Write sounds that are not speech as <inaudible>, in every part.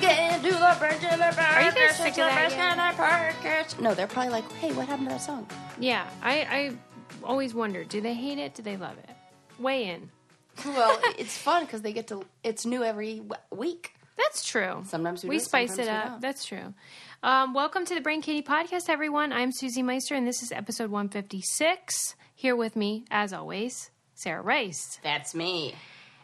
get into the bridge in the Are you guys sick of that No, they're probably like, hey, what happened to that song? Yeah, I, I always wonder do they hate it? Do they love it? Weigh in. <laughs> well, it's fun because they get to. It's new every w- week. That's true. Sometimes we do it, spice sometimes it we up. don't. That's true. Um, welcome to the Brain Kitty Podcast, everyone. I'm Susie Meister, and this is episode 156. Here with me, as always, Sarah Rice, That's me.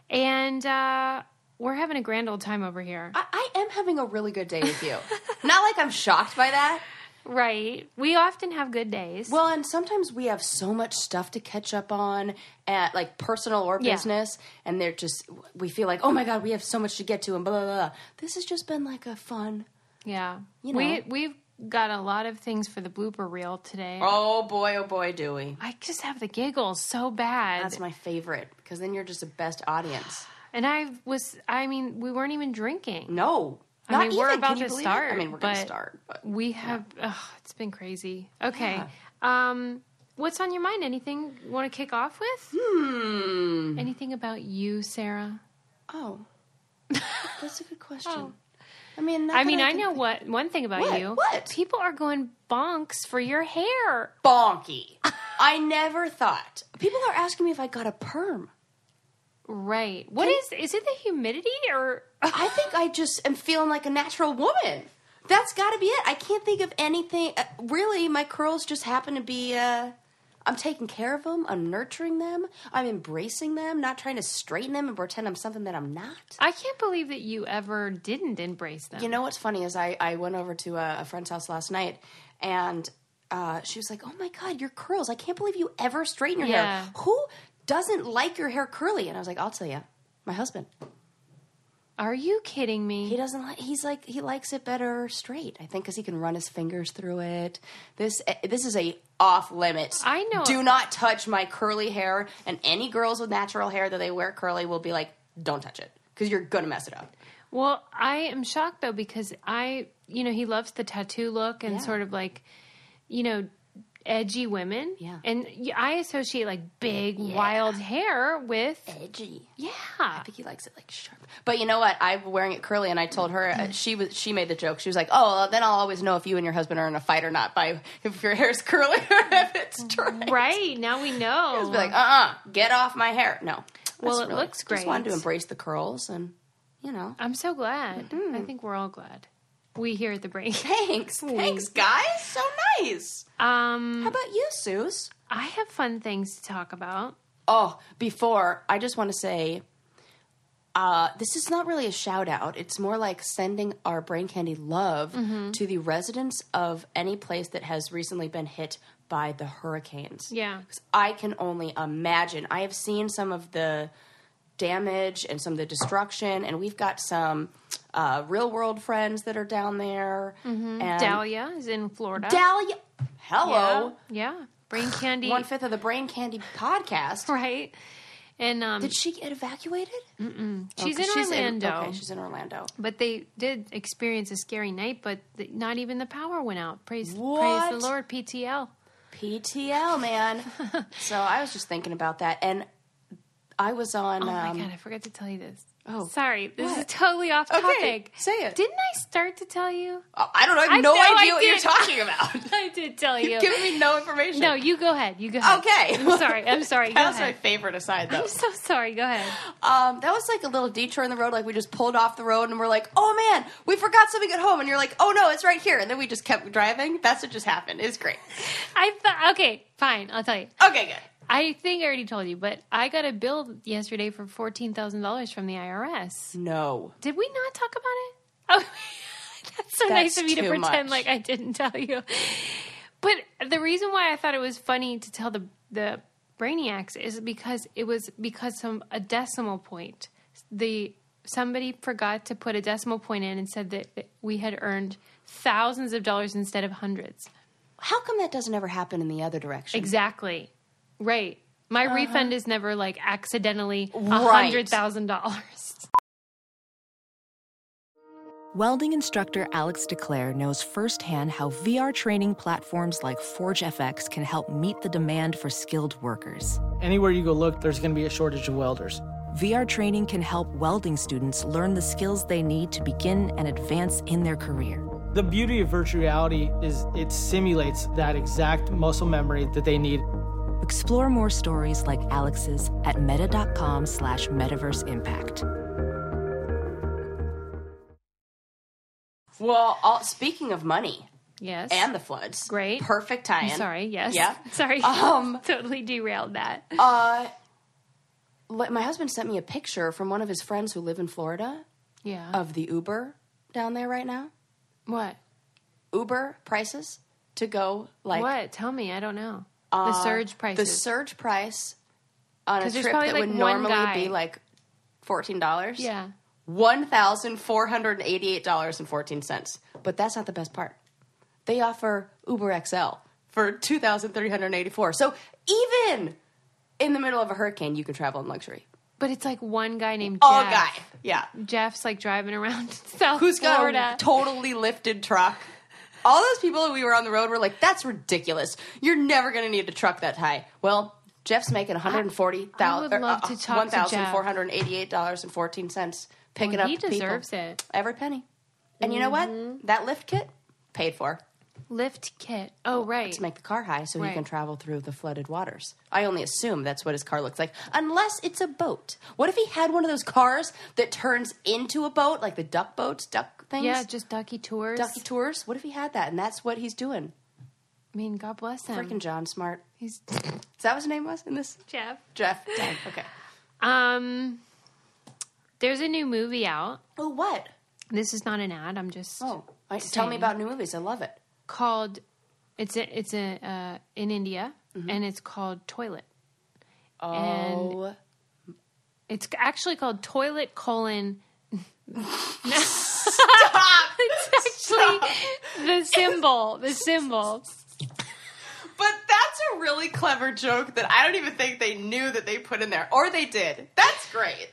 and uh, we're having a grand old time over here. I, I am having a really good day with you. <laughs> Not like I'm shocked by that. Right? We often have good days. Well, and sometimes we have so much stuff to catch up on, at like personal or Yeah. business, and they're just we feel like, oh my god, we have so much to get to, and blah blah blah. This has just been like a fun. yeah, you know. we we've got a lot of things for the blooper reel today. Oh boy, oh boy, do we? I just have the giggles so bad. That's my favorite because then you're just the best audience. And I was, I mean, we weren't even drinking. No, I mean, we're even. Can about you to believe it? start. I mean, we're gonna but start, but we have, ugh, it's been crazy. Okay. Um, what's on your mind? Anything you want to kick off with? hmm. Anything about you, Sarah? <laughs> Oh, that's a good question. I mean, not Oh. I mean, that I, can know think- what one thing about What? you. What? People are going bonks for your hair. <laughs> bonky. I never thought people are asking me if I got a perm. Right. What is? is it the humidity or I think I just am feeling like a natural woman. That's got to be it. I can't think of anything. Uh, really, my curls just happen to be. Uh, I'm taking care of them. I'm nurturing them. I'm embracing them. Not trying to straighten them and pretend I'm something that I'm not. I can't believe that you ever didn't embrace them. You know what's funny is I, I went over to a, a friend's house last night and uh, she was like, Oh my God, your curls. I can't believe you ever straighten your Yeah. hair. Who doesn't like your hair curly? And I was like, I'll tell you, my husband. Are you kidding me? He doesn't like, he's like, he likes it better straight, I think, because he can run his fingers through it. This eh, this is a off limits. I know- Do not touch my curly hair. And any girls with natural hair that they wear curly will be like, Don't touch it because you're going to mess it up. Well, I am shocked though because I, you know, he loves the tattoo look and Yeah. sort of like, you know, edgy women. Yeah. And y- I associate like big wild hair with Ah, Edgy. yeah. I think he likes it like sharp. But you know what? I'm wearing it curly, and I told her uh, she was. She made the joke. She was like, "Oh, well, then I'll always know if you and your husband are in a fight or not by if your hair's curly or if it's dry." Right <laughs> now we know. Just be like, "Uh, uh get off my hair." No. Uh-huh. Well, That's it looks Just wanted to great. embrace the curls, and you know, I'm so glad. mm-hmm. I think we're all glad. We here at the break. <laughs> thanks, thanks, guys. So nice. Um, How about you, Suze? I have fun things to talk about. Oh, before I just want to say, uh, this is not really a shout out. It's more like sending our brain candy love Mm-hmm. to the residents of any place that has recently been hit by the hurricanes. Yeah. 'Cause I can only imagine. I have seen some of the damage and some of the destruction, and we've got some uh, real world friends that are down there. And Mm-hmm. Dahlia is in Florida. Dahlia. Hello. Yeah. yeah. <sighs> Brain candy. One fifth of the Brain Candy podcast. <laughs> right. And um, Did she get evacuated? she's 'Cause in Orlando. okay, she's in Orlando. But they did experience a scary night, but th not even the power went out. Praise, What? praise the Lord, PTL. PTL, <laughs> man. so I was just thinking about that, and I was on. Oh um, my God, I forgot to tell you this. Oh. sorry, this is What? totally off Okay, topic. say it. Didn't I start to tell you? oh, I don't know. I have I no know I idea what you're did. talking about. <laughs> I did tell you. You've given me no information. no, you go ahead. You go ahead. Okay. <laughs> I'm sorry. I'm sorry. Go That was my <laughs> ahead. favorite aside, though. I'm so sorry. Go <gasps> ahead. Um, that was like a little detour in the road. Like we just pulled off the road and we're like, "Oh man, we forgot something at home," and you're like, "Oh no, it's right here." And then we just kept driving. That's what just happened. It's great. I thought. Okay, fine. I'll tell you. Okay, good. I think I already told you, but I got a bill yesterday for fourteen thousand dollars from the IRS. No, Did we not talk about it? Oh, <laughs> that's so nice That's of you to too pretend much. like I didn't tell you. But the reason why I thought it was funny to tell the the brainiacs is because it was because some a decimal point. The somebody forgot to put a decimal point in and said that we had earned thousands of dollars instead of hundreds. how come that doesn't ever happen in the other direction? Exactly. Right. My refund is never like accidentally a Uh-huh. Right. hundred thousand dollars. <laughs> Welding instructor Alex DeClaire knows firsthand how VR training platforms like ForgeFX can help meet the demand for skilled workers. Anywhere you go look, there's going to be a shortage of welders. VR training can help welding students learn the skills they need to begin and advance in their career. The beauty of virtual reality is it simulates that exact muscle memory that they need. Explore more stories like Alex's at meta.com slash metaverse impact. Well, all, speaking of money Yes. and the floods, Great. perfect tie-in. Sorry. Yes. Yeah. <laughs> Sorry. Um, <laughs> totally derailed that. Uh, li- my husband sent me a picture from one of his friends who live in Florida yeah. of the Uber down there right now. what? Uber prices to go like uh, what? Tell me. I don't know. the surge prices. the surge price on a 'Cause there's trip probably, that like, would one normally guy. be like fourteen dollars. yeah. one thousand four hundred and eighty-eight dollars and fourteen cents. But that's not the best part. They offer Uber XL for two thousand three hundred eighty-four. So even in the middle of a hurricane, you can travel in luxury. But it's like one guy named Oh, Jeff. guy, yeah, Jeff's like driving around <laughs> South who's got Florida. a totally lifted truck. All those people we were on the road were like, "That's ridiculous. You're never going to need a truck that high." Well, Jeff's making one hundred forty I would thousand, love to talk to one Jeff. thousand four hundred eighty-eight dollars and fourteen cents, picking Well, up he people. deserves it. Mm-hmm. every penny. And you know what? That lift kit paid for Lift kit. Oh right. to make the car high so Right. he can travel through the flooded waters. I only assume that's what his car looks like, unless it's a boat. What if he had one of those cars that turns into a boat, like the duck boats, duck things? yeah, just ducky tours. Ducky tours. What if he had that? And that's what he's doing. I mean, God bless him. Freaking John Smart. He's Is that what his name was in this? Jeff. <laughs> Jeff. Dang. Okay. Um, there's a new movie out. Oh, what? This is not an ad. I'm just Oh, I, tell me Same. about new movies. I love it. called. It's a, it's a uh, in India, Mm-hmm. and it's called Toilet. <laughs> And Oh, it's actually called Toilet colon. it's actually <laughs> the symbol. The symbol. But that's a really clever joke that I don't even think they knew that they put in there, or they did. That's great.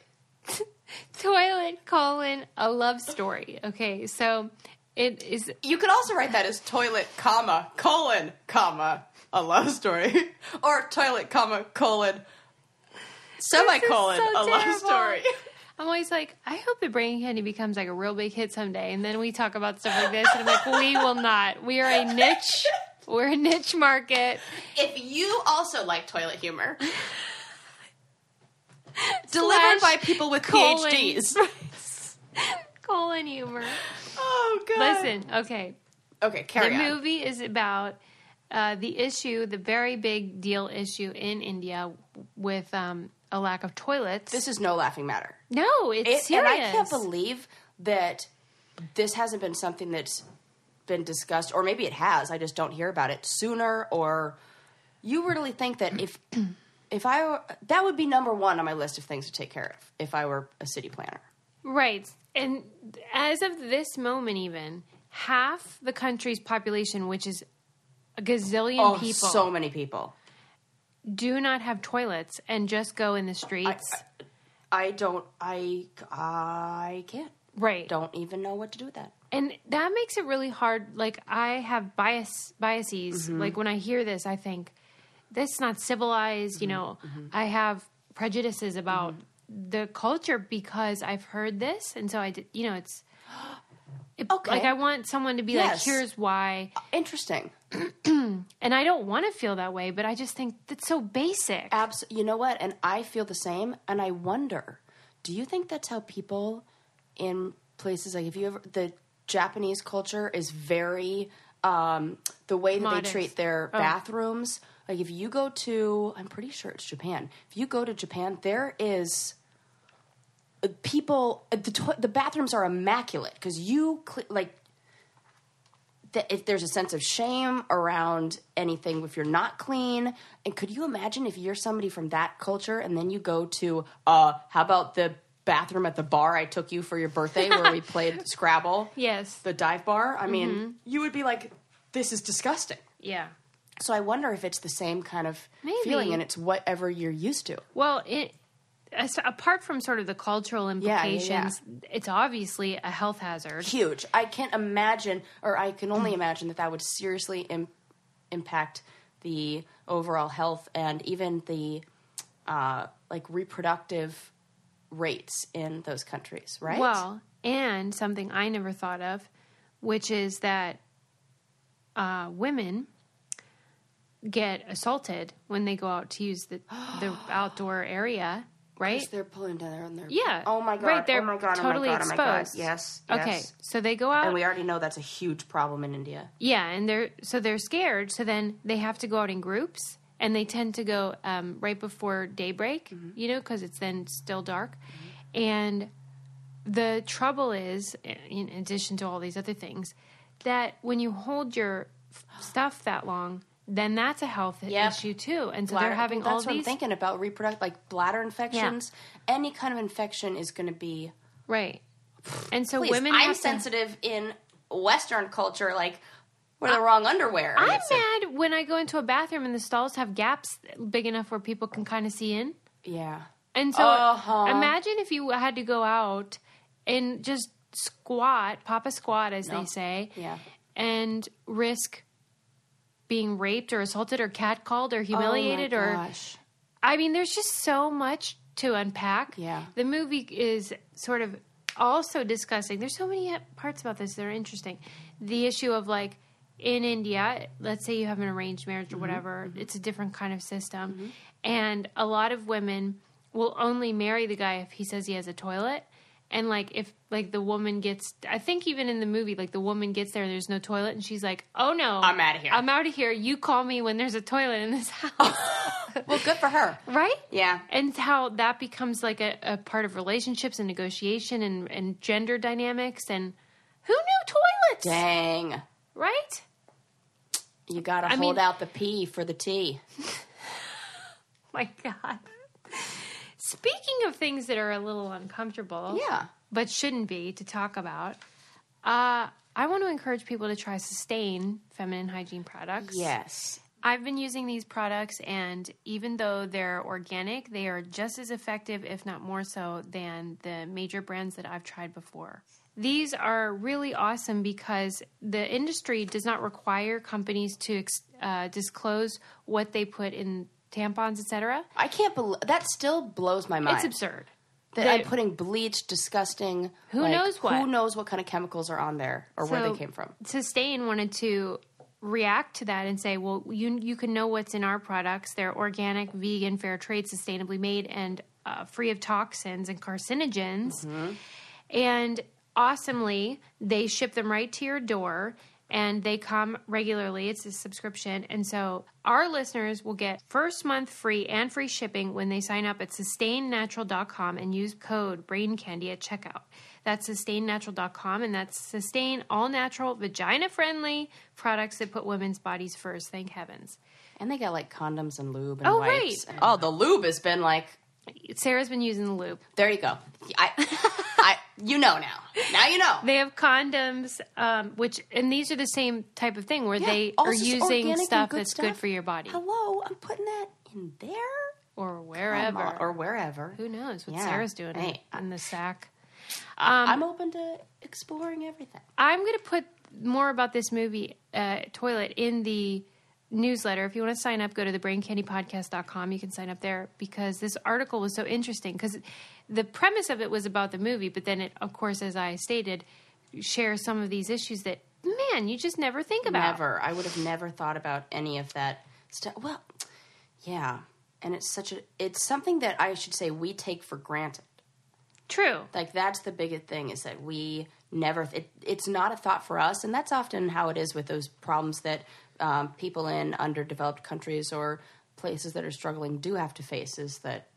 Toilet colon a love story. Okay, so it is You could also write that as toilet, comma, colon, comma, a love story, <laughs> or toilet, comma, colon, semicolon, so a love terrible. story. <laughs> I'm always like, I hope the brain candy becomes like a real big hit someday. And then we talk about stuff like this, and I'm like, we will not. We are a niche. We're a niche market. If you also like toilet <laughs> humor, Slash delivered by people with colon. <laughs> PhDs. Colon humor. Oh god. Listen, okay. Okay, carry the on. movie is about uh, the issue, the very big deal issue in India with um, a lack of toilets. This is no laughing matter. no, it's It, and serious. I can't believe that this hasn't been something that's been discussed, or maybe it has. I just don't hear about it sooner. Or you really think that if <clears throat> if I were, that would be number one on my list of things to take care of if I were a city planner. Right. And as of this moment, even half the country's population, which is a gazillion Oh, people, so many people. do not have toilets and just go in the streets. I don't. I I can't. right. Don't even know what to do with that. And that makes it really hard. Like, I have bias biases. Mm-hmm. Like, when I hear this, I think, this is not civilized. Mm-hmm. You know, I have prejudices about the culture because I've heard this. And so I, did, you know, <gasps> it's. It, Okay. Like, I want someone to be like, Yes. here's why. Interesting. and I don't want to feel that way, but I just think that's so basic. Abs- you know what? And I feel the same. And I wonder, do you think that's how people in places like if you ever the Japanese culture is very um, the way that Modest. they treat their bathrooms. Like if you go to, I'm pretty sure it's Japan. If you go to Japan, there is uh, people the to- the bathrooms are immaculate because you cle like that if there's a sense of shame around anything if you're not clean and could you imagine if you're somebody from that culture and then you go to uh how about the bathroom at the bar i took you for your birthday where <laughs> we played scrabble Yes. Mm-hmm. the dive bar i mean you would be like this is disgusting yeah. so i wonder if it's the same kind of Maybe. feeling and it's whatever you're used to Well, it as, apart from sort of the cultural yeah, yeah. implications, it's obviously a health hazard. huge. I can't imagine, or I can Hmm. only imagine that that would seriously Im- impact the overall health and even the uh, like reproductive rates in those countries, right? Well, and something I never thought of, which is that uh, women get assaulted when they go out to use the <gasps> the outdoor area, right? Because they're pulling down their own. Their, Yeah. Oh my god. Right, they're oh my god. totally oh my god, Oh my god. exposed. Yes. Okay, yes. so they go out And we already know that's a huge problem in India. Yeah, and they're so they're scared. So then they have to go out in groups, and they tend to go um, right before daybreak, Mm-hmm. you know, because it's then still dark. And the trouble is, eh, in addition to all these other things, that when you hold your f- stuff that long, then that's a health Yep. issue too. And so Bladder- they're having that's all what I'm these thinking about reproductive, like bladder infections. Any kind of infection is going to be. right. And so Please, women, I'm have to- sensitive in Western culture. Like, wear the wrong underwear. I'm It's a- mad when I go into a bathroom and the stalls have gaps big enough where people can kind of see in. yeah. And so Uh-huh. imagine if you had to go out and just squat, pop a squat, as they say, Yeah. and risk being raped or assaulted or catcalled or humiliated oh my or gosh. I mean, there's just so much to unpack. Yeah. The movie is sort of also discussing, there's so many parts about this that are interesting. The issue of like in India, let's say you have an arranged marriage Mm-hmm. or whatever, it's a different kind of system. And a lot of women will only marry the guy if he says he has a toilet. And like if like the woman gets, I think even in the movie, like the woman gets there and there's no toilet, and she's like, "Oh no, I'm outta here." I'm out of here. You call me when there's a toilet in this <laughs> house." Well, good for her. right? Yeah. And how that becomes like a, a part of relationships and negotiation and, and gender dynamics and who knew toilets? Dang. Right? <laughs> You got to I hold mean- out the P for the T. My God. Speaking of things that are a little uncomfortable, Yeah. but shouldn't be to talk about, uh, I want to encourage people to try Sustain feminine hygiene products. Yes. I've been using these products, and even though they're organic, they are just as effective, if not more so, than the major brands that I've tried before. These are really awesome because the industry does not require companies to ex- uh, disclose what they put in tampons, etc. I can't believe that still blows my mind. It's absurd. that I'm putting bleach, disgusting. Who like, knows what? Who knows what kind of chemicals are on there or where So, they came from? Sustain wanted to react to that and say, well, you you can know what's in our products. They're organic, vegan, fair trade, sustainably made, and uh, free of toxins and Mm-hmm. carcinogens. And awesomely, they ship them right to your door. And they come regularly. It's a subscription. And so our listeners will get first month free and free shipping when they sign up at sustainnatural.com and use code BrainCandy at checkout. That's sustainnatural.com, and that's sustain all natural, vagina friendly products that put women's bodies first. Thank heavens. And they got like condoms and lube and Oh, wipes. right. Oh, the lube has been like Sarah's been using the loop. there. You go. I, <laughs> I, you know now. Now you know. They have condoms, um, which and these are the same type of thing where they all are this is using organic and stuff that's good stuff. for your body Hello, I'm putting that in there or Um, wherever or wherever. Who knows what Yeah. Sarah's doing Um, Hey, in, in the sack? I'm open to exploring everything. I'm going to put more about this movie, uh, Toilet, in the newsletter. If you want to sign up, go to thebraincandypodcast.com. You can sign up there because this article was so interesting because the premise of it was about the movie, but then it, of course, as I stated, shares some of these issues that, man, you just never think about. Never. I would have never thought about any of that stuff. Well, yeah. And it's such a. It's something that I should say we take for granted. True. like that's the biggest thing is that we never it, it's not a thought for us and that's often how it is with those problems that um, people in underdeveloped countries or places that are struggling do have to face is that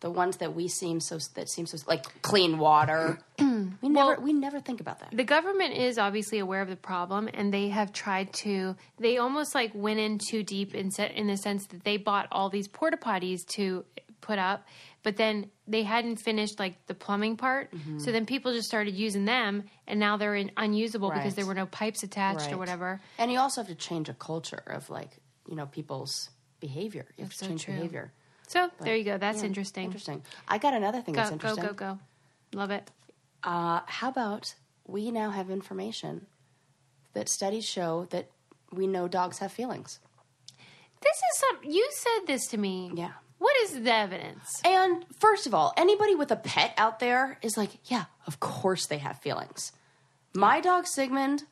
the ones that we seem so that seem so like clean water <clears throat> we never we never think about that the government is obviously aware of the problem and they have tried to they almost like went in too deep in, se- in the sense that they bought all these porta potties to put up but then they hadn't finished like the plumbing part Mm-hmm. so then people just started using them and now they're in unusable because Right. there were no pipes attached Right. or whatever and you also have to change a culture of like you know people's behavior you have to so change true. behavior so there you go that's Yeah, interesting, interesting i got another thing that's Go, go interesting go go love it Uh, how about we now have information that studies show that we know dogs have feelings? this is some you said this to me Yeah. What is the evidence? And first of all, anybody with a pet out there is like, yeah, of course they have feelings. My dog Sigmund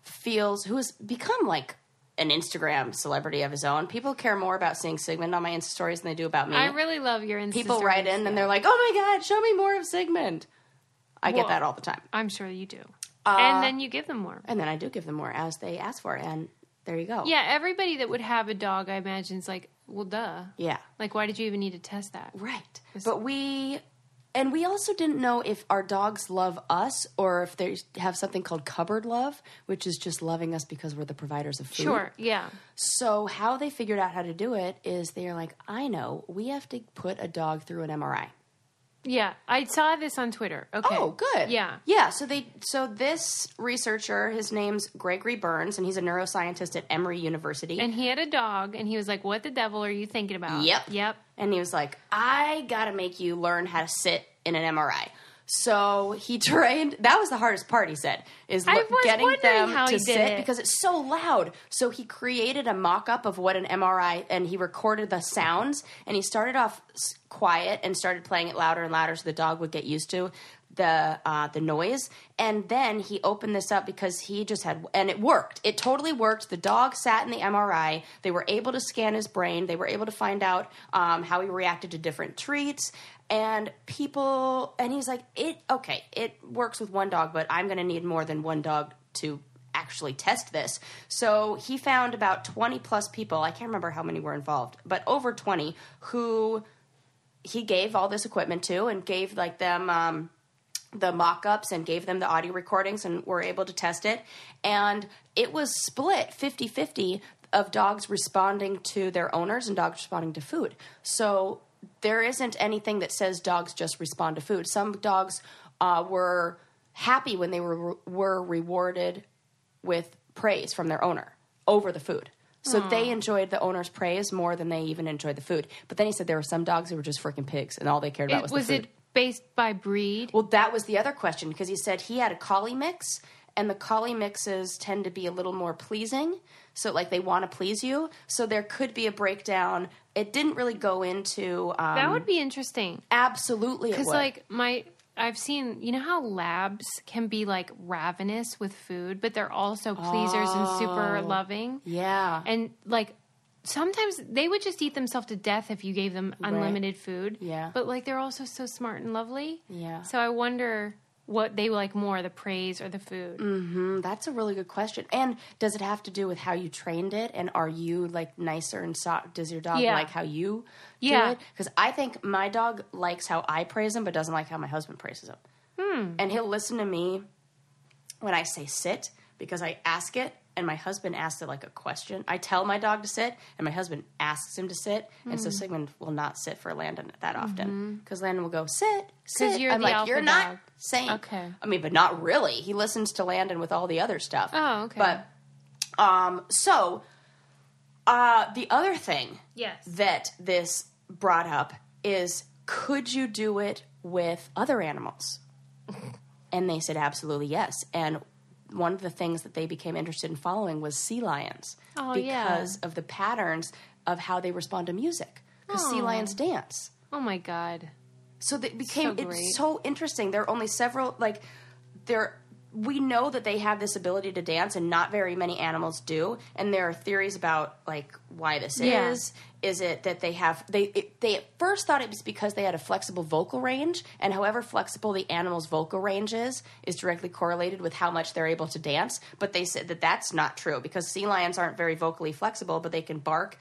feels, who has become like an Instagram celebrity of his own. People care more about seeing Sigmund on my Insta stories than they do about me. I really love your Insta People stories. write in and they're like, oh my God, show me more of Sigmund. I get Well- that all the time. I'm sure you do. Uh, and then you give them more. And then I do give them more as they ask for it. And there you go. Yeah, everybody that would have a dog, I imagine, is like, well, duh. Yeah. Like, why did you even need to test that? Right. But we and we also didn't know if our dogs love us or if they have something called cupboard love, which is just loving us because we're the providers of food. Sure. Yeah. So how they figured out how to do it is they're like, I know, we have to put a dog through an MRI. Yeah. I saw this on Twitter. Okay. Oh, good. Yeah. Yeah. So they so this researcher, his name's Gregory Burns, and he's a neuroscientist at Emory University. And he had a dog, and he was like, what the devil are you thinking about? Yep. Yep. And he was like, I gotta make you learn how to sit in an MRI. So he <laughs> trained. That was the hardest part. He said is I lo- was getting wondering them how to he did sit it. because it's so loud. So he created a mock-up of what an MRI, and he recorded the sounds. And he started off s- quiet and started playing it louder and louder, so the dog would get used to the uh, the noise. And then he opened this up because he just had, and it worked. It totally worked. The dog sat in the MRI. They were able to scan his brain. They were able to find out um, how he reacted to different treats and people and he's like it okay it works with one dog but i'm going to need more than one dog to actually test this so he found about 20 plus people i can't remember how many were involved but over 20 who he gave all this equipment to and gave like them um, the mock-ups and gave them the audio recordings and were able to test it and it was split 50-50 of dogs responding to their owners and dogs responding to food so there isn't anything that says dogs just respond to food some dogs uh, were happy when they were were rewarded with praise from their owner over the food. So Hmm. they enjoyed the owner's praise more than they even enjoyed the food. But then he said there were some dogs who were just freaking pigs, and all they cared about It, was, was the food. it based by breed? Well, that was the other question because he said he had a collie mix, and the collie mixes tend to be a little more pleasing. So, like, they want to please you. So there could be a breakdown. It didn't really go into. Um, that would be interesting. absolutely it Because, would. like, my. I've seen, you know how labs can be like ravenous with food, but they're also pleasers and super Oh, loving. yeah, And like sometimes they would just eat themselves to death if you gave them unlimited food. Yeah. But like they're also so smart and lovely. Yeah. So I wonder what they like more, the praise or the food. Mm, that's a really good question. And does it have to do with how you trained it? And are you like nicer and soft? Does your dog Yeah. like how you Yeah. do it? Because I think my dog likes how I praise him, but doesn't like how my husband praises him. Hmm. And he'll listen to me when I say sit because I ask it. And my husband asks it like a question. I tell my dog to sit, and my husband asks him to sit. And Hmm. so Sigmund will not sit for Landon that often because Landon will go sit, sit. Mm-hmm. you're I'm the like, alpha you're not dog." saying. Okay. I mean, but not really. He listens to Landon with all the other stuff. Oh, okay. But um, so uh, the other thing Yes. that this brought up is could you do it with other <laughs> animals? And they said absolutely yes. And one of the things that they became interested in following was sea lions Oh, yeah. because of the patterns of how they respond to music. Because sea lions dance. Oh my God. So they became So great. it's so interesting. There are only several like there we know that they have this ability to dance and not very many animals do and there are theories about like why this Yeah. is is it that they have they it, they at first thought it was because they had a flexible vocal range and however flexible the animal's vocal range is is directly correlated with how much they're able to dance but they said that that's not true because sea lions aren't very vocally flexible but they can bark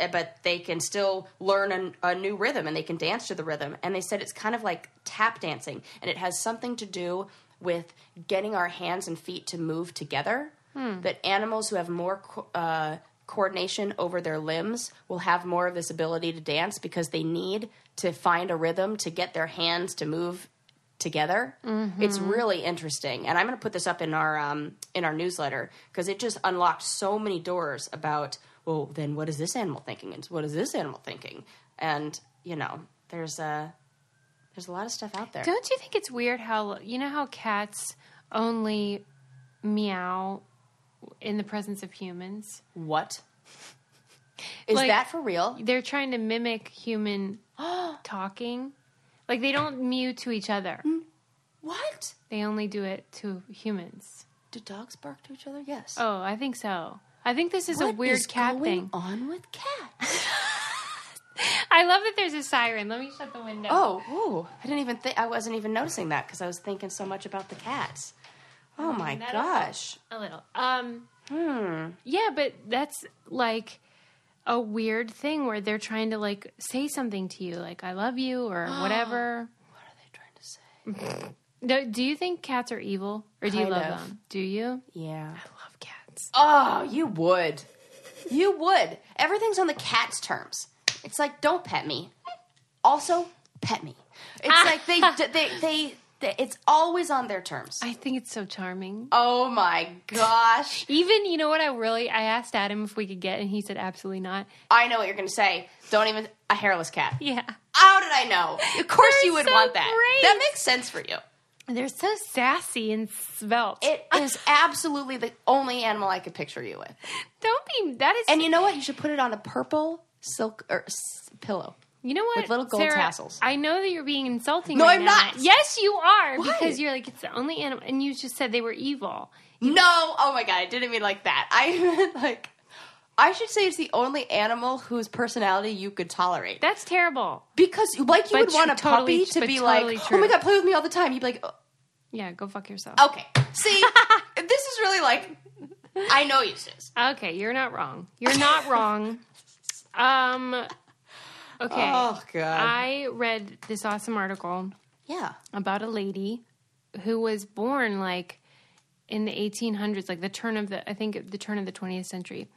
eh, but they can still learn an, a new rhythm and they can dance to the rhythm and they said it's kind of like tap dancing and it has something to do with getting our hands and feet to move together that animals who have more co- uh, coordination over their limbs will have more of this ability to dance because they need to find a rhythm to get their hands to move together. It's really interesting, and I'm going to put this up in our um, in our newsletter because it just unlocked so many doors about. Well, then, what is this animal thinking? And what is this animal thinking? And you know, there's a there's a lot of stuff out there. Don't you think it's weird how, you know, how cats only meow in the presence of humans? What? Is Like- that for real? They're trying to mimic human <gasps> talking. Like they don't mew to each other. Mm. What? They only do it to humans. Do dogs bark to each other? Yes. Oh, I think so. I think this is a What weird is cat going thing. on with cats? I love that there's a siren. Let me shut the window. Oh, ooh. I didn't even think I wasn't even noticing that because I was thinking so much about the cats. Oh my that'll help. gosh. A little. Um Hmm. Yeah, but that's like a weird thing where they're trying to like say something to you like I love you <gasps> or whatever. What are they trying to say? Do, do you think cats are evil or do you Kind love of. them? Do you? Yeah. I love cats. Oh, you would. You would. Everything's on the cat's terms. It's like don't pet me. Also, pet me. It's like they they <laughs> they, they it's always on their terms. I think it's so charming. Oh my gosh. Even you know what I really I asked Adam if we could get and he said absolutely not. I know what you're going to say. Don't even a hairless cat. Yeah. How did I know? Of course They're you would so want that. great. That makes sense for you. They're so sassy and svelte. It is absolutely the only animal I could picture you with. Don't be that is And you know what? You should put it on a purple silk or s- pillow. You know what? With little gold Sarah, tassels. I know that you're being insulting. No, right I'm now. not. Yes, you are Why? because you're like it's the only animal, and you just said they were evil. No, oh my god, I didn't mean like that. I meant like I should say it's the only animal whose personality you could tolerate. That's terrible. Because like you But would want tr- a totally- puppy to but be totally like, true. "Oh my god, play with me all the time." You'd be like, "Oh, Yeah, go fuck yourself. "Okay." <laughs> See, this is really like I know you, sis. Okay, you're not wrong. You're not <laughs> wrong. Um. Okay. Oh, God. I read this awesome article Yeah. about a lady who was born like in the 1800s like the turn of the i think the turn of the 20th century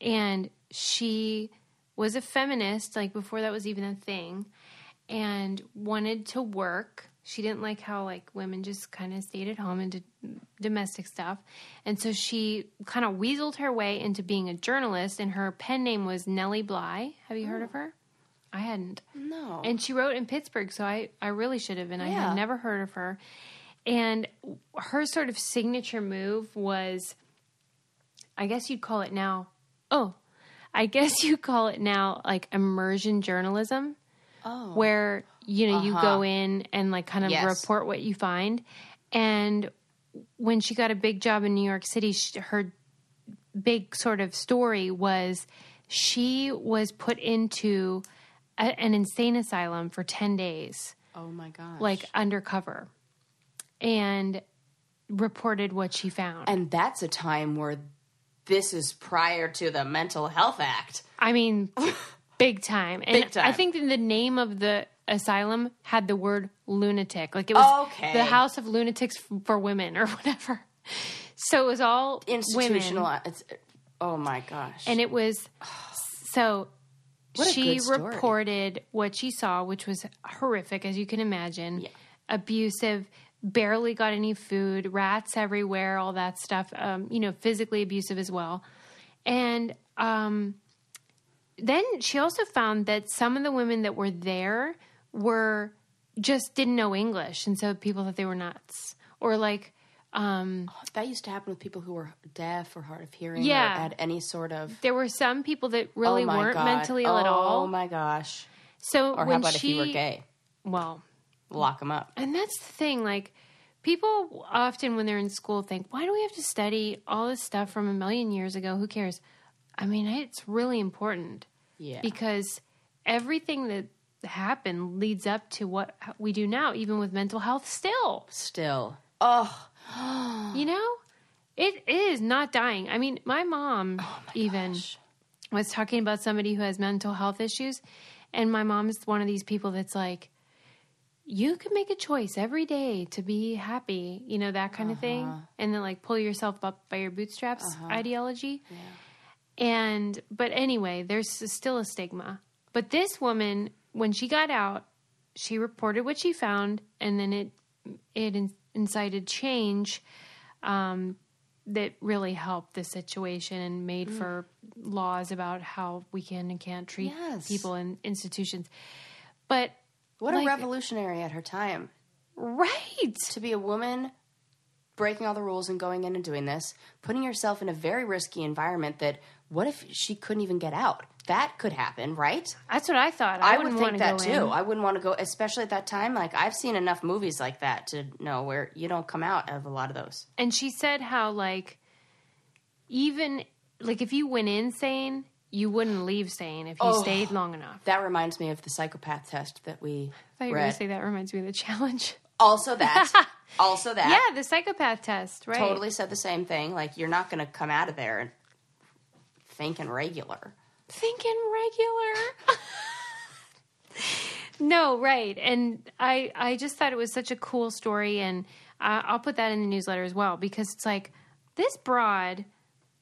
and she was a feminist like before that was even a thing and wanted to work she didn't like how like women just kind of stayed at home and did domestic stuff and so she kind of weaseled her way into being a journalist and her pen name was nellie bly have you heard of her i hadn't No. and she wrote in Pittsburgh, so I, I really should have, and I Yeah. had never heard of her. And her sort of signature move was, I guess you'd call it now, oh, I guess <laughs> you call it now like immersion journalism, Oh. Uh-huh. where, you know, you go in and like kind of Yes. report what you find. And when she got a big job in New York City, she, her big sort of story was she was put into a, an insane asylum for 10 days, oh my god. like undercover, and reported what she found. and that's a time where this is prior to the Mental Health Act. I mean, big time. And Big time. I think that the name of the asylum had the word lunatic. Like it was Okay. the house of lunatics f- for women or <laughs> whatever. So it was all women. Institutional. It's, oh my gosh. and it was so What a she good story. reported what she saw which was horrific as you can imagine abusive barely got any food rats everywhere all that stuff um, you know physically abusive as well and um, then she also found that some of the women that were there were just didn't know english and so people thought they were nuts or like that used to happen with people who were deaf or hard of hearing Yeah. or had any sort of. there were some people that really oh my weren't God. mentally ill at Oh all my gosh. so Or when how about she if you were gay? well Lock them up. And that's the thing. Like, people often, when they're in school, think, why do we have to study all this stuff from a million years ago? Who cares? I mean, it's really important Yeah. because everything that happened leads up to what we do now, even with mental health, still. Still. Oh. You know, it is not dying. I mean, my mom even was talking about somebody who has mental health issues, and my mom's one of these people that's like, you can make a choice every day to be happy, you know, that kind of thing. And then, like, pull yourself up by your bootstraps ideology. And, but anyway, there's s- still a stigma. But this woman, when she got out, she reported what she found, and then it it in, incited change um, that really helped the situation and made for laws about how we can and can't treat Yes. people in institutions. But What a Like- revolutionary at her time right, to be a woman breaking all the rules and going in and doing this, putting yourself in a very risky environment that what if she couldn't even get out? That could happen, right? That's what I thought. I, I would wouldn't think want to that go too. in. I wouldn't want to go, especially at that time. Like I've seen enough movies like that to know where you don't come out of a lot of those. and she said how like even like if you went in sane you wouldn't leave sane if you Oh. stayed long enough That reminds me of the psychopath test that we i thought you were going read. to say that reminds me of the <laughs> challenge Also <laughs> that. also that. yeah the psychopath test right totally said the same thing. Like you're not going to come out of there thinking regular. thinking regular no right and i i just thought it was such a cool story and uh, i'll put that in the newsletter as well because it's like this broad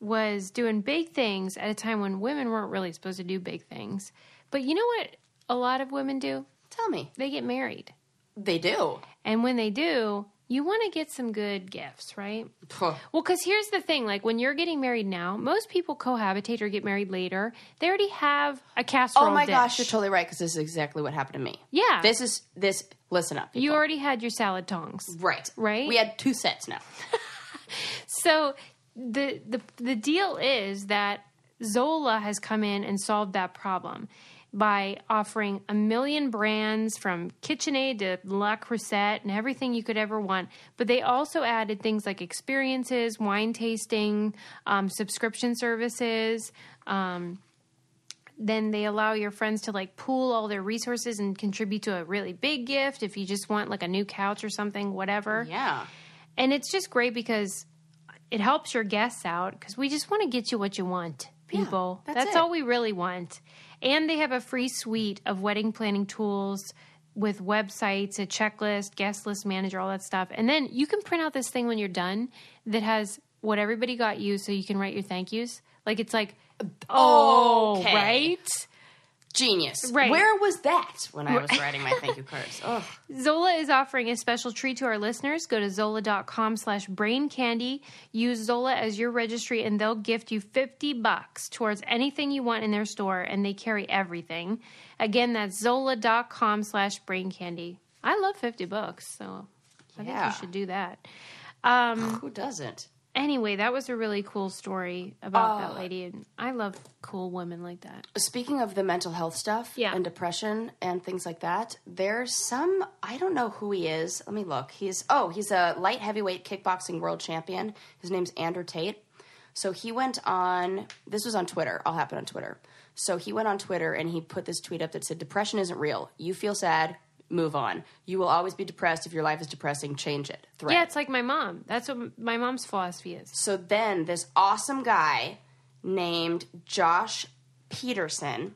was doing big things at a time when women weren't really supposed to do big things but you know what a lot of women do Tell me, they get married. they <sighs> do. And when they do, you want to get some good gifts, right? Huh. Well, because here's the thing like when you're getting married now, most people cohabitate or get married later. They already have a casserole. Oh my dish. gosh, you're totally right because this is exactly what happened to me. Yeah. This is this. Listen up. you people. already had your salad tongs. right. Right? We had two sets now. So the, the, the deal is that Zola has come in and solved that problem by offering a million brands from KitchenAid to La Crusette and everything you could ever want. But they also added things like experiences, wine tasting, um, subscription services. Um, then they allow your friends to like pool all their resources and contribute to a really big gift if you just want like a new couch or something, whatever. Yeah. And it's just great because it helps your guests out because we just want to get you what you want, people. that's that's it. all we really want. And they have a free suite of wedding planning tools with websites, a checklist, guest list manager, all that stuff. And then you can print out this thing when you're done that has what everybody got you so you can write your thank yous. Like it's like, oh, Okay. right? Genius. Right. Where was that when I was writing my thank you <laughs> cards? Oh, Zola is offering a special treat to our listeners. Go to zola.com slash brain candy. Use Zola as your registry and they'll gift you 50 bucks towards anything you want in their store and they carry everything. Again, that's zola.com slash brain candy. I love 50 bucks, so I Yeah. think you should do that. who doesn't? Anyway, that was a really cool story about that lady and I love cool women like that. Speaking of the mental health stuff Yeah. and depression and things like that, there's some I don't know who he is. Let me look. He's oh, he's a light heavyweight kickboxing world champion. His name's Andrew Tate. So he went on this was on Twitter. All happened on Twitter. So he went on Twitter and he put this tweet up that said depression isn't real. You feel sad, move on. You will always be depressed if your life is depressing, change it. Threat. Yeah, it's like my mom. That's what m- my mom's philosophy is. So then this awesome guy named Josh Peterson,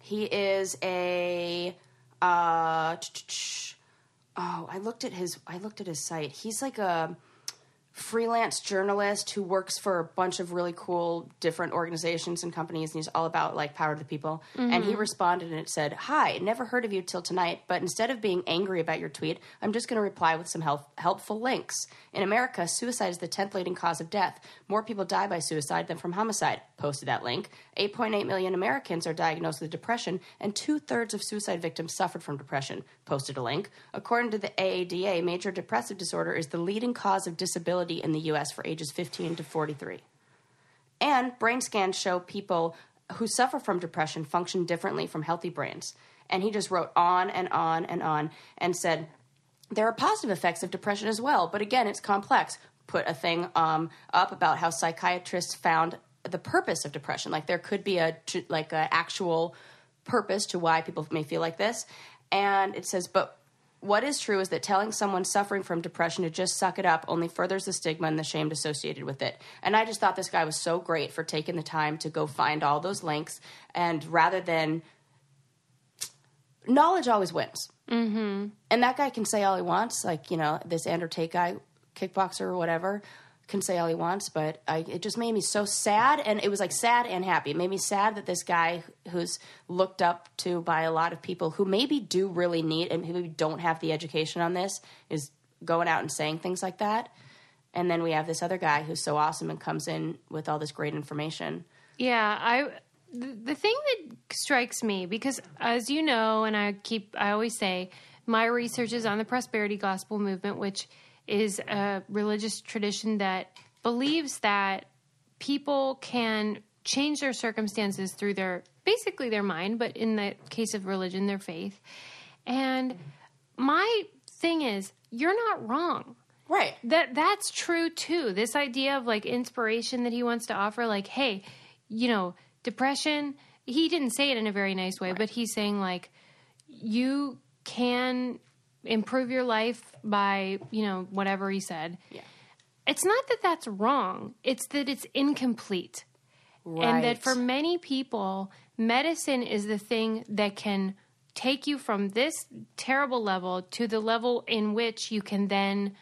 he is a uh oh, I looked at his I looked at his site. He's like a freelance journalist who works for a bunch of really cool different organizations and companies and he's all about like power to the people and he responded and it said hi never heard of you till tonight but instead of being angry about your tweet i'm just going to reply with some help- helpful links in america suicide is the 10th leading cause of death more people die by suicide than from homicide posted that link 8.8 million americans are diagnosed with depression and two-thirds of suicide victims suffered from depression posted a link according to the aada major depressive disorder is the leading cause of disability in the us for ages 15 to 43 and brain scans show people who suffer from depression function differently from healthy brains. And he just wrote on and on and on and said, there are positive effects of depression as well, but again, it's complex. Put a thing um, up about how psychiatrists found the purpose of depression. Like there could be a tr- like a actual purpose to why people may feel like this. And it says, but what is true is that telling someone suffering from depression to just suck it up only furthers the stigma and the shame associated with it. And I just thought this guy was so great for taking the time to go find all those links and rather than knowledge always wins. Mm-hmm. And that guy can say all he wants, like, you know, this Andrew Tate guy, kickboxer or whatever, can say all he wants, but I, it just made me so sad. And it was like sad and happy. It made me sad that this guy who's looked up to by a lot of people who maybe do really need and maybe don't have the education on this is going out and saying things like that. And then we have this other guy who's so awesome and comes in with all this great information. Yeah, I the, the thing that strikes me because as you know and I keep I always say my research is on the prosperity gospel movement which is a religious tradition that believes that people can change their circumstances through their basically their mind, but in the case of religion, their faith. And my thing is, you're not wrong Right. that that's true too this idea of like inspiration that he wants to offer like hey you know depression he didn't say it in a very nice way but he's saying like you can improve your life by you know whatever he said Yeah. it's not that that's wrong it's that it's incomplete Right. and that for many people, medicine is the thing that can take you from this terrible level to the level in which you can then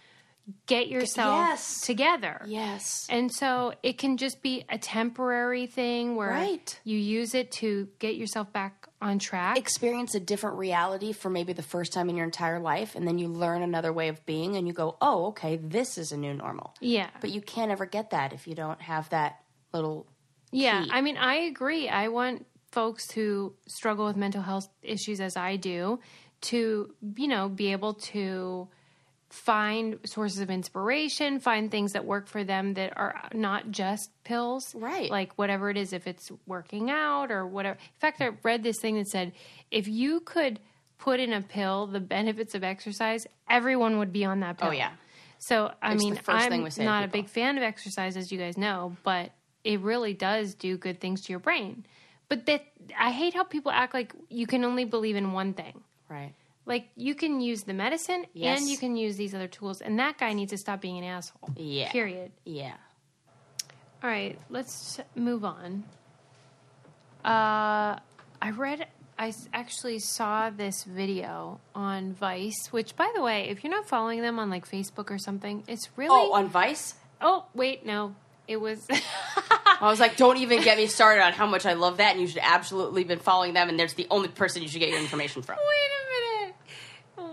get yourself Yes. together. yes. And so it can just be a temporary thing where Right. you use it to get yourself back on track. experience a different reality for maybe the first time in your entire life and then you learn another way of being and you go, "Oh, okay, this is a new normal." yeah. But you can't ever get that if you don't have that little Yeah, I mean, I agree. I want folks who struggle with mental health issues as I do to, you know, be able to find sources of inspiration, find things that work for them that are not just pills. Right. Like whatever it is, if it's working out or whatever. In fact, I read this thing that said if you could put in a pill the benefits of exercise, everyone would be on that pill. Oh, yeah. So I It's the mean, first I'm thing we say to not a people. big fan of exercise, as you guys know, but it really does do good things to your brain. But that I hate how people act like you can only believe in one thing. right. Like you can use the medicine Yes. and you can use these other tools, and that guy needs to stop being an asshole. Yeah. Period. Yeah. All right, let's move on. Uh, I read, I s- actually saw this video on Vice, which, by the way, if you're not following them on like Facebook or something, it's really Oh, on Vice? Oh, wait, no. It was <laughs> I was like, "Don't even get me started on how much I love that and you should absolutely have been following them and there's the only person you should get your information from." Wait a minute.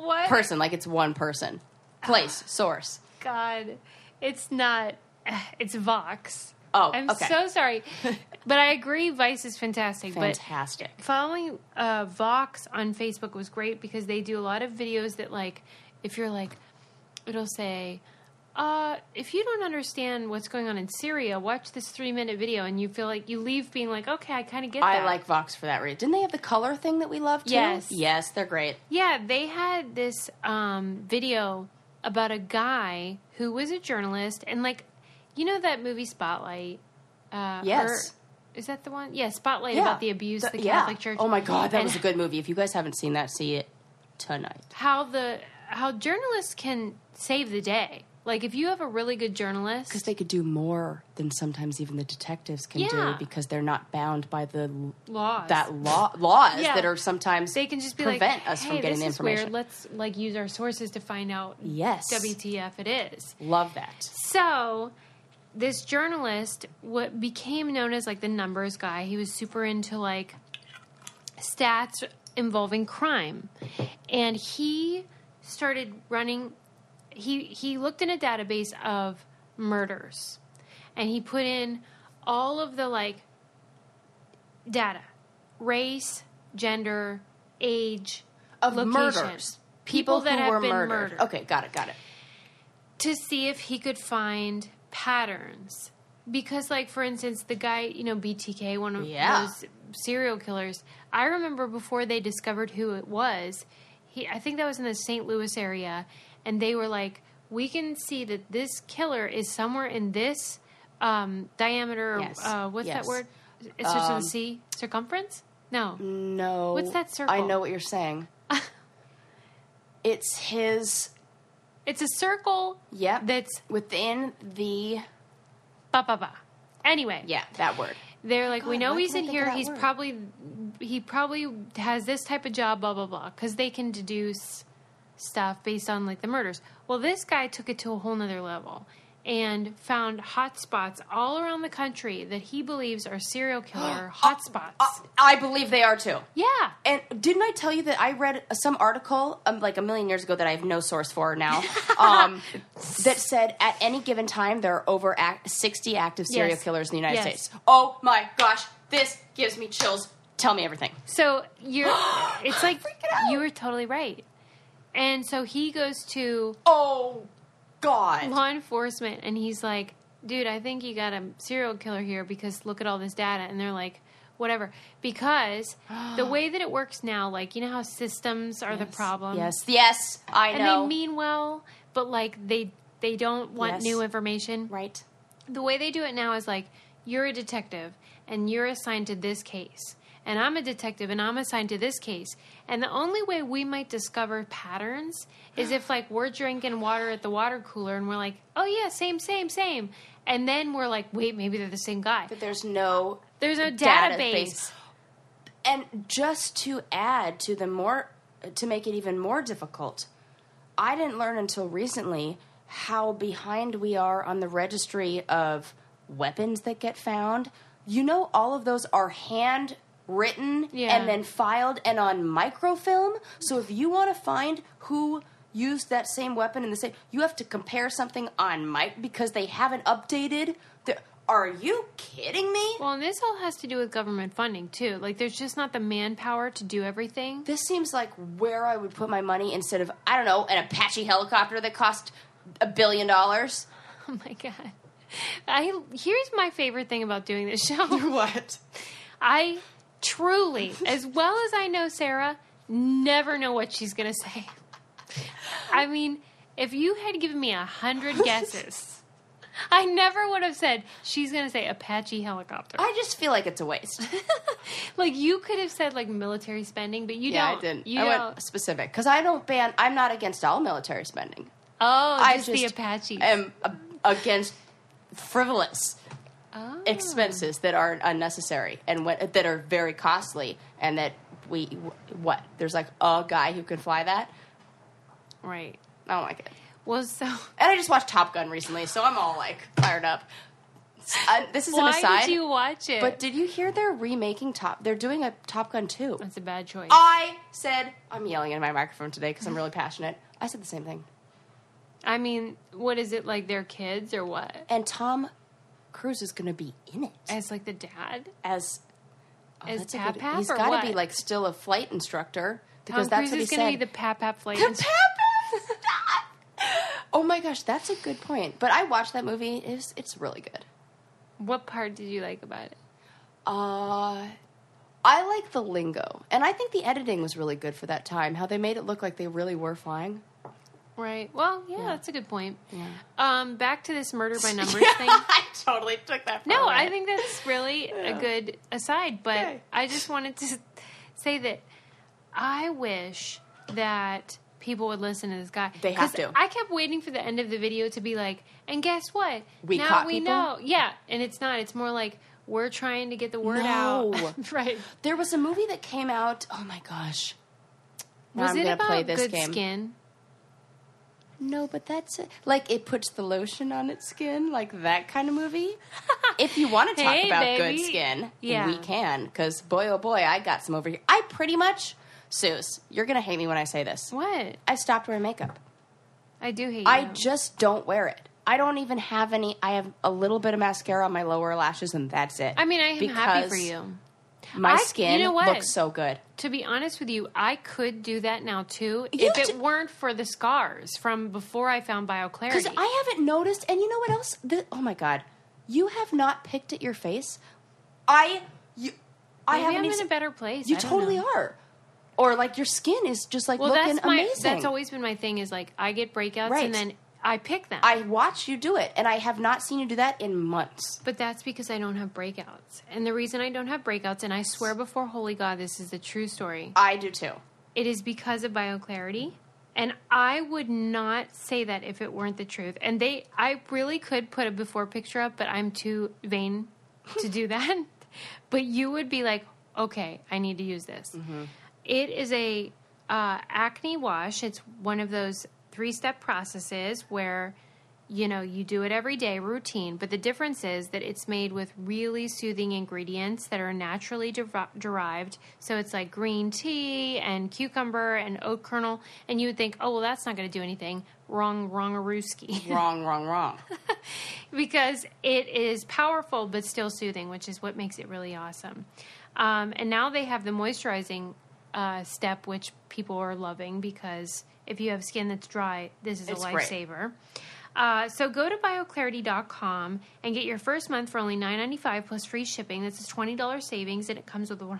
What? Person, like it's one person. Place, source. God. It's not <sighs> it's Vox. Oh, I'm okay. <laughs> so sorry. but I agree Vice is fantastic, but Fantastic. following uh, Vox on Facebook was great because they do a lot of videos that, like, if you're like, it'll say, uh, if you don't understand what's going on in Syria, watch this three minute video, and you feel like you leave being like, okay, I kind of get that. I like Vox for that reason. Didn't they have the color thing that we love too? Yes. Yes, they're great. Yeah, they had this um, video about a guy who was a journalist and like, you know that movie Spotlight. Uh, Yes. or- is that the one? Yeah, Spotlight Yeah. about the abuse the, Th- yeah. Catholic Church. Oh my god, that And was a good movie. If you guys haven't seen that, see it tonight. How the how journalists can save the day. Like if you have a really good Because journalist, they could do more than sometimes even the detectives can do Yeah. because they're not bound by the l- Laws. that law laws Yeah. that are sometimes they can just be prevent like, us hey, from getting this the is weird. information. Let's like use our sources to find out. Yes. WTF it is. Love that. So, this journalist, what became known as like the numbers guy, he was super into like stats involving crime, and he started running. He he looked in a database of murders, and he put in all of the like data, race, gender, age Of location, murders. people, that who have were been murdered. murdered Okay, got it, got it. to see if he could find patterns. Because, like, for instance, the guy, you know, BTK, one of Yeah. those serial killers, I remember before they discovered who it was, he, I think that was in the St. Louis area, and they were like, we can see that this killer is somewhere in this um, diameter, or Yes. uh, what's Yes. Um, that word? It's just a C? Circumference? No. mm. No. What's that circle? I know what you're <laughs> saying. it's his. It's a circle Yep. that's within the. ba ba ba. Anyway. Yeah, that word. They're like, we God, know why he's can't I in think of here. that He's word? probably he probably has this type of job, blah blah blah, because they can deduce stuff based on like the murders. Well, this guy took it to a whole nother level and found hot spots all around the country that he believes <gasps> are serial killer hot spots. Uh, I believe they are too. yeah, And didn't I tell you that I read some article um, like a million years ago that I have no source for <laughs> now um, that said at any given time there are over act- 60 active serial Yes. killers in the United Yes. States. Oh my gosh, this gives me chills. Tell me everything. So <gasps> you're, it's like Freaking out. you were totally right. And so he goes to Oh God. law enforcement and he's like, dude, I think you got a serial killer here because look at all this data. And they're like, whatever. <gasps> Because the way that it works now, like, you know how systems are the problem? Yes, yes, I And know. they mean well, but like, they. They don't want Yes. new information. right. The way they do it now is like you're a detective and you're assigned to this case. And I'm a detective and I'm assigned to this case. And the only way we might discover patterns is if like we're drinking water at the water cooler and we're like, "Oh yeah, same same same." And then we're like, "Wait, maybe they're the same guy." But there's no There's no database. And just to add to the more to make it even more difficult, I didn't learn until recently how behind we are on the registry of weapons that get found. You know all of those are handwritten Yeah. and then filed and on microfilm. So if you want to find who used that same weapon in the same, you have to compare something on mic because they haven't updated. The, are you kidding me? Well, and this all has to do with government funding too. Like there's just not the manpower to do everything. <laughs> this seems like where I would put my money instead of I don't know an Apache helicopter that cost a billion <laughs> dollars. Oh my god. I here's my favorite thing about doing this show. What? I truly, as well as I know Sarah, never know what she's going to say. I mean, if you had given me <laughs> a hundred guesses, I never would have said she's going to say Apache helicopter. I just feel like it's a waste. like you could have said like military spending, but you yeah, don't. I didn't. You I don't. went specific because I don't ban. I'm not against all military spending. oh, I just, the just Apache. am a- against frivolous oh. expenses that are unnecessary and what, that are very costly and that we what there's like a guy who can fly that. Right. I don't like it. Well, so And I just watched Top Gun recently, so I'm all like fired up. I, this is an why aside. did you watch it? But did you hear they're remaking Top? They're doing a Top Gun 2. That's a bad choice. I said, I'm yelling in my microphone today because I'm really passionate. I said the same thing. I mean, what is it like? Their kids or what? And Tom Cruise is going to be in it As like the dad. as. oh, As that's a Pap good- Pap He's or gotta be what? like still a flight instructor Tom because that's Cruise what he is going to said. be the <laughs> Papap flight. The Pap Pap! <laughs> Stop! Oh my gosh, that's a good point. But I watched that movie. It's it's really good. What part did you like about it? Uh, I like the lingo, and I think the editing was really good for that time. How they made it look like they really were flying. Right. Well, yeah, that's a good point. Yeah. Um, back to this murder <laughs> by numbers thing. <laughs> I totally took that. for No, a I minute. think that's really a good aside, but Okay. I just wanted to <laughs> say that I wish that people would listen to this guy. They have 'Cause to. I kept waiting for the end of the video to be like, and guess what? We now caught we people?" know. Yeah, and it's not. It's more like we're trying to get the word No. out. <laughs> right. there was a movie that came out. Oh my gosh. Now Was I'm it gonna about play this good game. skin? No, but that's it. like it puts the lotion on its skin, like that kind of <laughs> movie. if you want to talk Hey, about baby. good skin, Yeah. we can. Because boy, oh boy, I got some over here. I pretty much, Suze, you're gonna hate me when I say this. What? I stopped wearing makeup. I do hate. I you. just don't wear it. I don't even have any. I have a little bit of mascara on my lower lashes, and that's it. I mean, I am happy for Because you. My I- you skin know what? looks so good. To be honest with you, I could do that now too You if it ju- weren't for the scars from before I found Because BioClarity. I haven't noticed, and you know what else? The, oh my god, you have not picked at your face. I, you, I Maybe haven't. even I'm in a seen- better place. You I don't totally know. are, or like your skin is just like Well, looking that's my. amazing. That's always been my thing. Is like I get breakouts Right. and then I pick them. I watch you do it, and I have not seen you do that in months. But that's because I don't have breakouts. And the reason I don't have breakouts, and I swear before holy God, this is the true story. I do <laughs> too. It is because of BioClarity. And I would not say that if it weren't the truth. And they, I really could put a before picture up, but I'm too vain to do <laughs> that. but you would be like, okay, I need to use this. It is a uh, acne wash. It's one of those three step processes where you know you do it every day routine but the difference is that it's made with really soothing ingredients that are naturally deri- derived so it's like green tea and cucumber and oat kernel and you would think oh well that's not going to do anything wrong wrong Wrong, wrong, <laughs> wrong. because it is powerful but still soothing, which is what makes it really awesome. Um, and now they have the moisturizing uh, step, which people are loving because if you have skin that's dry, this is It's a great. lifesaver. Uh, so go to bioclarity.com and get your first month for only $9.95 plus free shipping. This is $20 savings, and it comes with a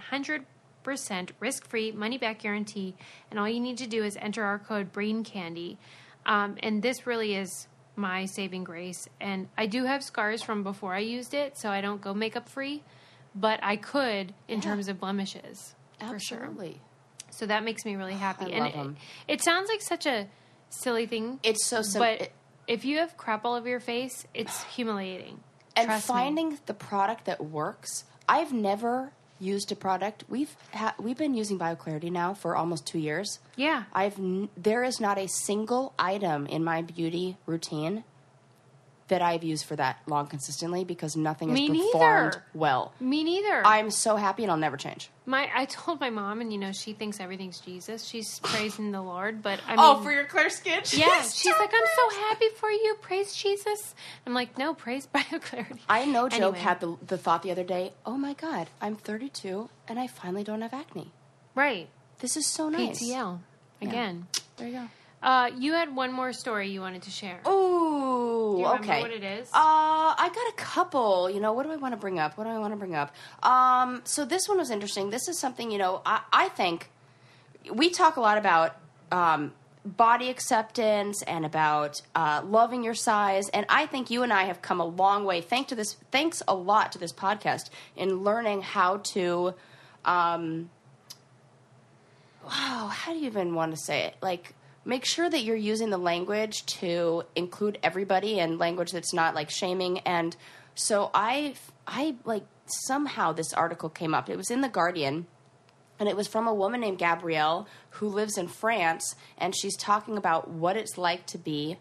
100% risk free money back guarantee. And all you need to do is enter our code Brain Candy. Um, and this really is my saving grace. And I do have scars from before I used it, so I don't go makeup free, but I could in terms of blemishes. For sure. Absolutely. So that makes me really happy. I and love it- 'em. It, sounds like such a silly thing. It's so simple. But if you have crap all over your face, <sighs> it's humiliating. and Trust me. finding the product that works. I've never used a product. We've ha- we've been using BioClarity now for almost two years. Yeah. I've n- there is not a single item in my beauty routine that I've used for that long consistently because nothing has Me performed neither. well. me neither. I'm so happy and I'll never change. my I told my mom, and you know she thinks everything's Jesus. She's praising the Lord, but I mean, Oh, your clear skin? <laughs> yeah, she's like, I'm so happy for you. Praise Jesus. I'm like, no, praise <laughs> BioClarity. I no joke Anyway. had the, the thought the other day. Oh my god, I'm 32 and I finally don't have acne. right This is so nice. PTL again. There you go. Uh, you had one more story you wanted to share. Oh, Ooh, you remember okay. what it is? Uh, I got a couple. You know, what do I want to bring up? What do I want to bring up? Um, so this one was interesting. This is something you know. I, I think we talk a lot about um, body acceptance and about uh, loving your size, and I think you and I have come a long way. Thank to this, thanks a lot to this podcast in learning how to. Um, wow, how do you even want to say it? Like, make sure that you're using the language to include everybody and language that's not like shaming. And so I, I like somehow this article came up. It was in the Guardian. And it was from a woman named Gabrielle who lives in France, and she's talking about what it's like to be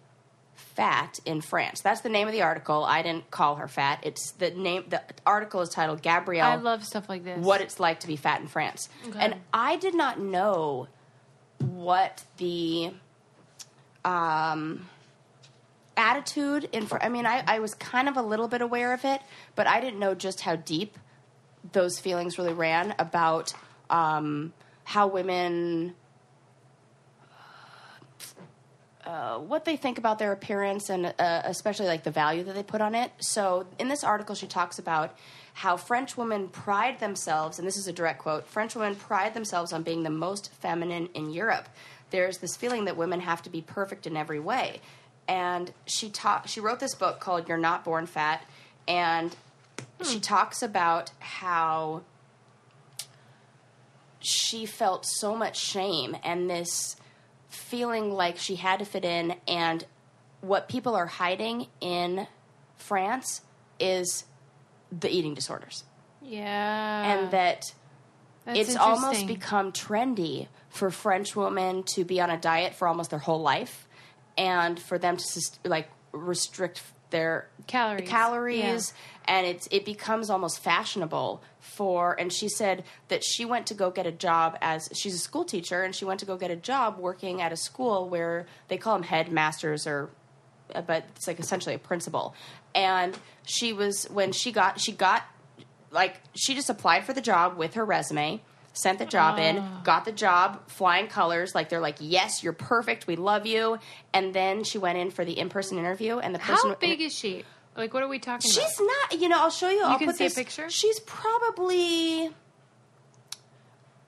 fat in France. That's the name of the article. I didn't call her fat. It's the name. The article is titled Gabrielle I love stuff like this. what it's like to be fat in France. And I did not know what the um, attitude in Fr- I mean, I, I was kind of a little bit aware of it, but I didn't know just how deep those feelings really ran about um, how women. Uh, what they think about their appearance and uh, especially like the value that they put on it. So in this article, she talks about how French women pride themselves, and this is a direct quote: French women pride themselves on being the most feminine in Europe. There's this feeling that women have to be perfect in every way, and she taught. She wrote this book called "You're Not Born Fat," and she talks about how she felt so much shame and this feeling like she had to fit in and what people are hiding in France is the eating disorders Yeah. and that That's it's almost interesting. become trendy for French women to be on a diet for almost their whole life, and for them to sus- like restrict their Calories. calories, and it's it becomes almost fashionable for. And she said that she went to go get a job as she's a school teacher, and she went to go get a job working at a school where they call them headmasters or but it's like essentially a principal. And she was when she got she got like she just applied for the job with her resume, sent the job in, Ah. got the job, flying colors. Like they're like, yes, you're perfect, we love you. And then she went in for the in person interview, and the person How big is she? Like, what are we talking about? She's not. You know, I'll show you. I'll can put see a this- picture? She's probably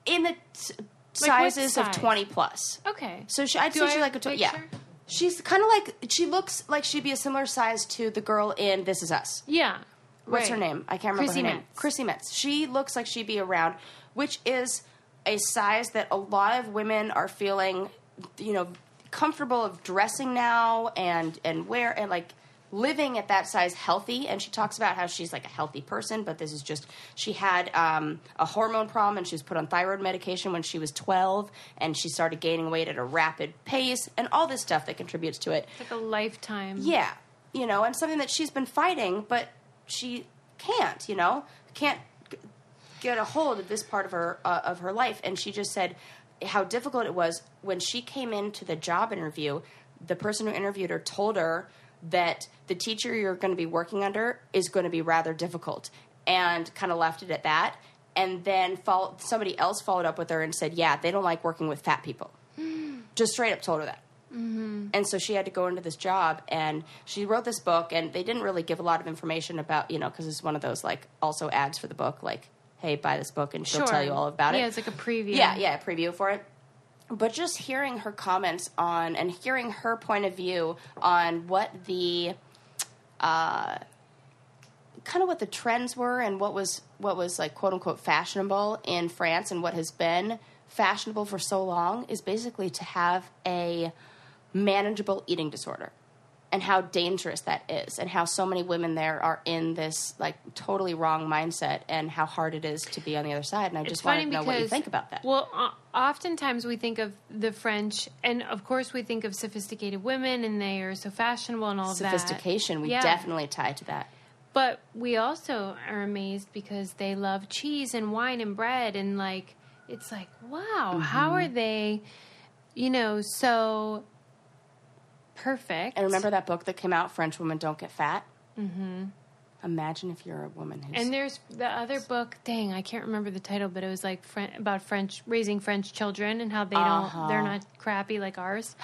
in the t- sizes of size? twenty plus. Okay. So she, I'd Do say I she's have like a a tw- yeah. picture? She's kind of like she looks like she'd be a similar size to the girl in This Is Us. Yeah. What's her right. name? I can't remember Chrissy her name. Metz. Chrissy Metz. She looks like she'd be around, which is a size that a lot of women are feeling, you know, comfortable of dressing now and and wear and like living at that size healthy. And she talks about how she's like a healthy person, but this is just she had um, a hormone problem and she was put on thyroid medication when she was twelve, and she started gaining weight at a rapid pace, and all this stuff that contributes to it. Like a lifetime. Yeah, you know, and something that she's been fighting, but she can't, you know, can't g- get a hold of this part of her uh, of her life. And she just said how difficult it was when she came into the job interview. The person who interviewed her told her that the teacher you're going to be working under is going to be rather difficult, and kind of left it at that. And then follow, somebody else followed up with her and said, "Yeah, they don't like working with fat people." just straight up told her that. Mm-hmm. And so she had to go into this job, and she wrote this book, and they didn't really give a lot of information about, you know, because it's one of those like also ads for the book, like, hey, buy this book, and she'll Sure. tell you all about it. Yeah, it's like a preview. Yeah, yeah, a preview for it. But just hearing her comments on and hearing her point of view on what the uh, kind of what the trends were and what was what was like quote unquote fashionable in France and what has been fashionable for so long is basically to have a manageable eating disorder and how dangerous that is and how so many women there are in this like totally wrong mindset and how hard it is to be on the other side and I It's just funny wanted to because know what you think about that. Well, o- oftentimes we think of the French, and of course we think of sophisticated women, and they are so fashionable and all of sophistication that. we Yeah. definitely tie to that But we also are amazed because they love cheese and wine and bread, and like it's like, wow, Mm-hmm. how are they, you know, so perfect? and remember that book that came out french women don't get fat mm-hmm. imagine if you're a woman who's And there's the other book. Dang, I can't remember the title, but it was like Fren about French raising French children and how they Uh-huh. don't they're not crappy like <laughs> ours.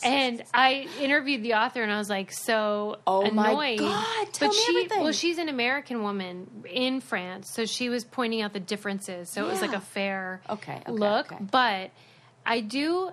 And I interviewed the author, and I was like, so Oh annoyed. my God, tell but me she, everything. well, she's an American woman in France, so she was pointing out the differences. So it was like Yeah. a fair Okay, okay, look, okay. but I do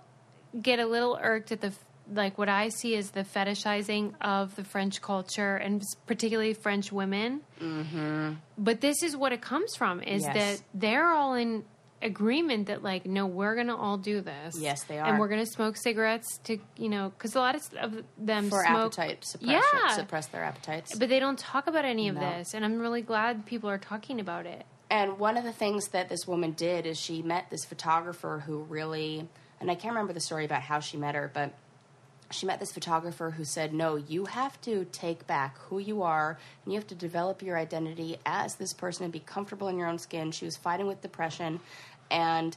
get a little irked at the f- like what I see is the fetishizing of the French culture and s- particularly French women. Mm-hmm. But this is what it comes from: is Yes. that they're all in agreement that like no we're gonna all do this Yes, they are. and we're gonna smoke cigarettes to you know because a lot of s- of them for smoke appetite suppress, Yeah. suppress their appetites but they don't talk about any of No. this and i'm really glad people are talking about it And one of the things that this woman did is she met this photographer who really, and I can't remember the story about how she met her, but she met this photographer who said, No, you have to take back who you are and you have to develop your identity as this person and be comfortable in your own skin. She was fighting with depression. And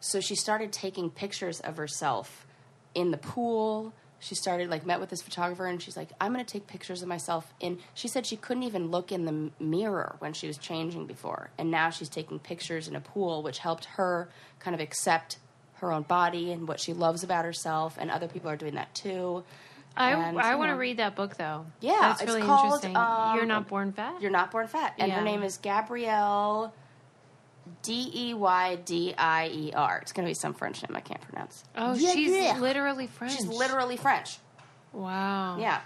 so she started taking pictures of herself in the pool she started like met with this photographer and she's like i'm going to take pictures of myself and she said she couldn't even look in the m- mirror when she was changing before and now she's taking pictures in a pool which helped her kind of accept her own body and what she loves about herself and other people are doing that too I, And, I you want to know, read that book though. Yeah, that's it's really called, interesting. um, You're not born fat. you're not born fat and her Yeah. name is gabrielle E d-e-y-d-i-e-r E it's going to be some french name i can't pronounce oh, Yeah, she's yeah. literally French. she's literally french wow. Yeah.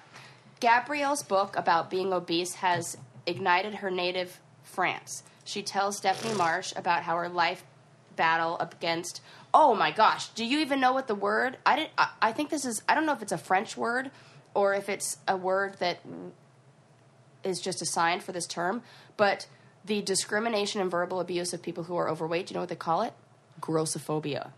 Gabrielle's book about being obese has ignited her native France. She tells Stephanie Marsh about how her life battle against oh my gosh, do you even know what the word? I did I, I think this is I don't know if it's a French word or if it's a word that is just assigned for this term, but the discrimination and verbal abuse of people who are overweight, do you know what they call it? Grossophobia.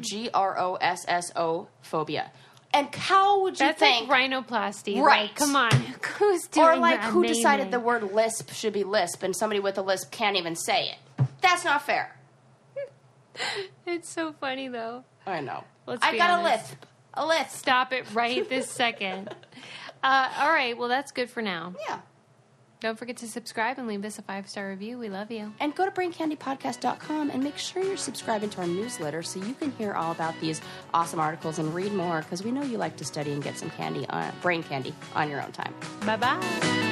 G R O S S O phobia. And how would you That's think like rhinoplasty. Like, Right. come on. <laughs> Who's doing or like that who decided naming? the word lisp should be lisp and somebody with a lisp can't even say it that's not fair It's so funny though. i know Let's i be got honest. a lisp a lisp Stop it right this second. Uh, all right. Well, that's good for now. yeah Don't forget to subscribe and leave us a five star review. We love you. and go to braincandypodcast.com and make sure you're subscribing to our newsletter so you can hear all about these awesome articles and uh, read more because we know you like to study and get some candy on brain candy on your own time Bye bye.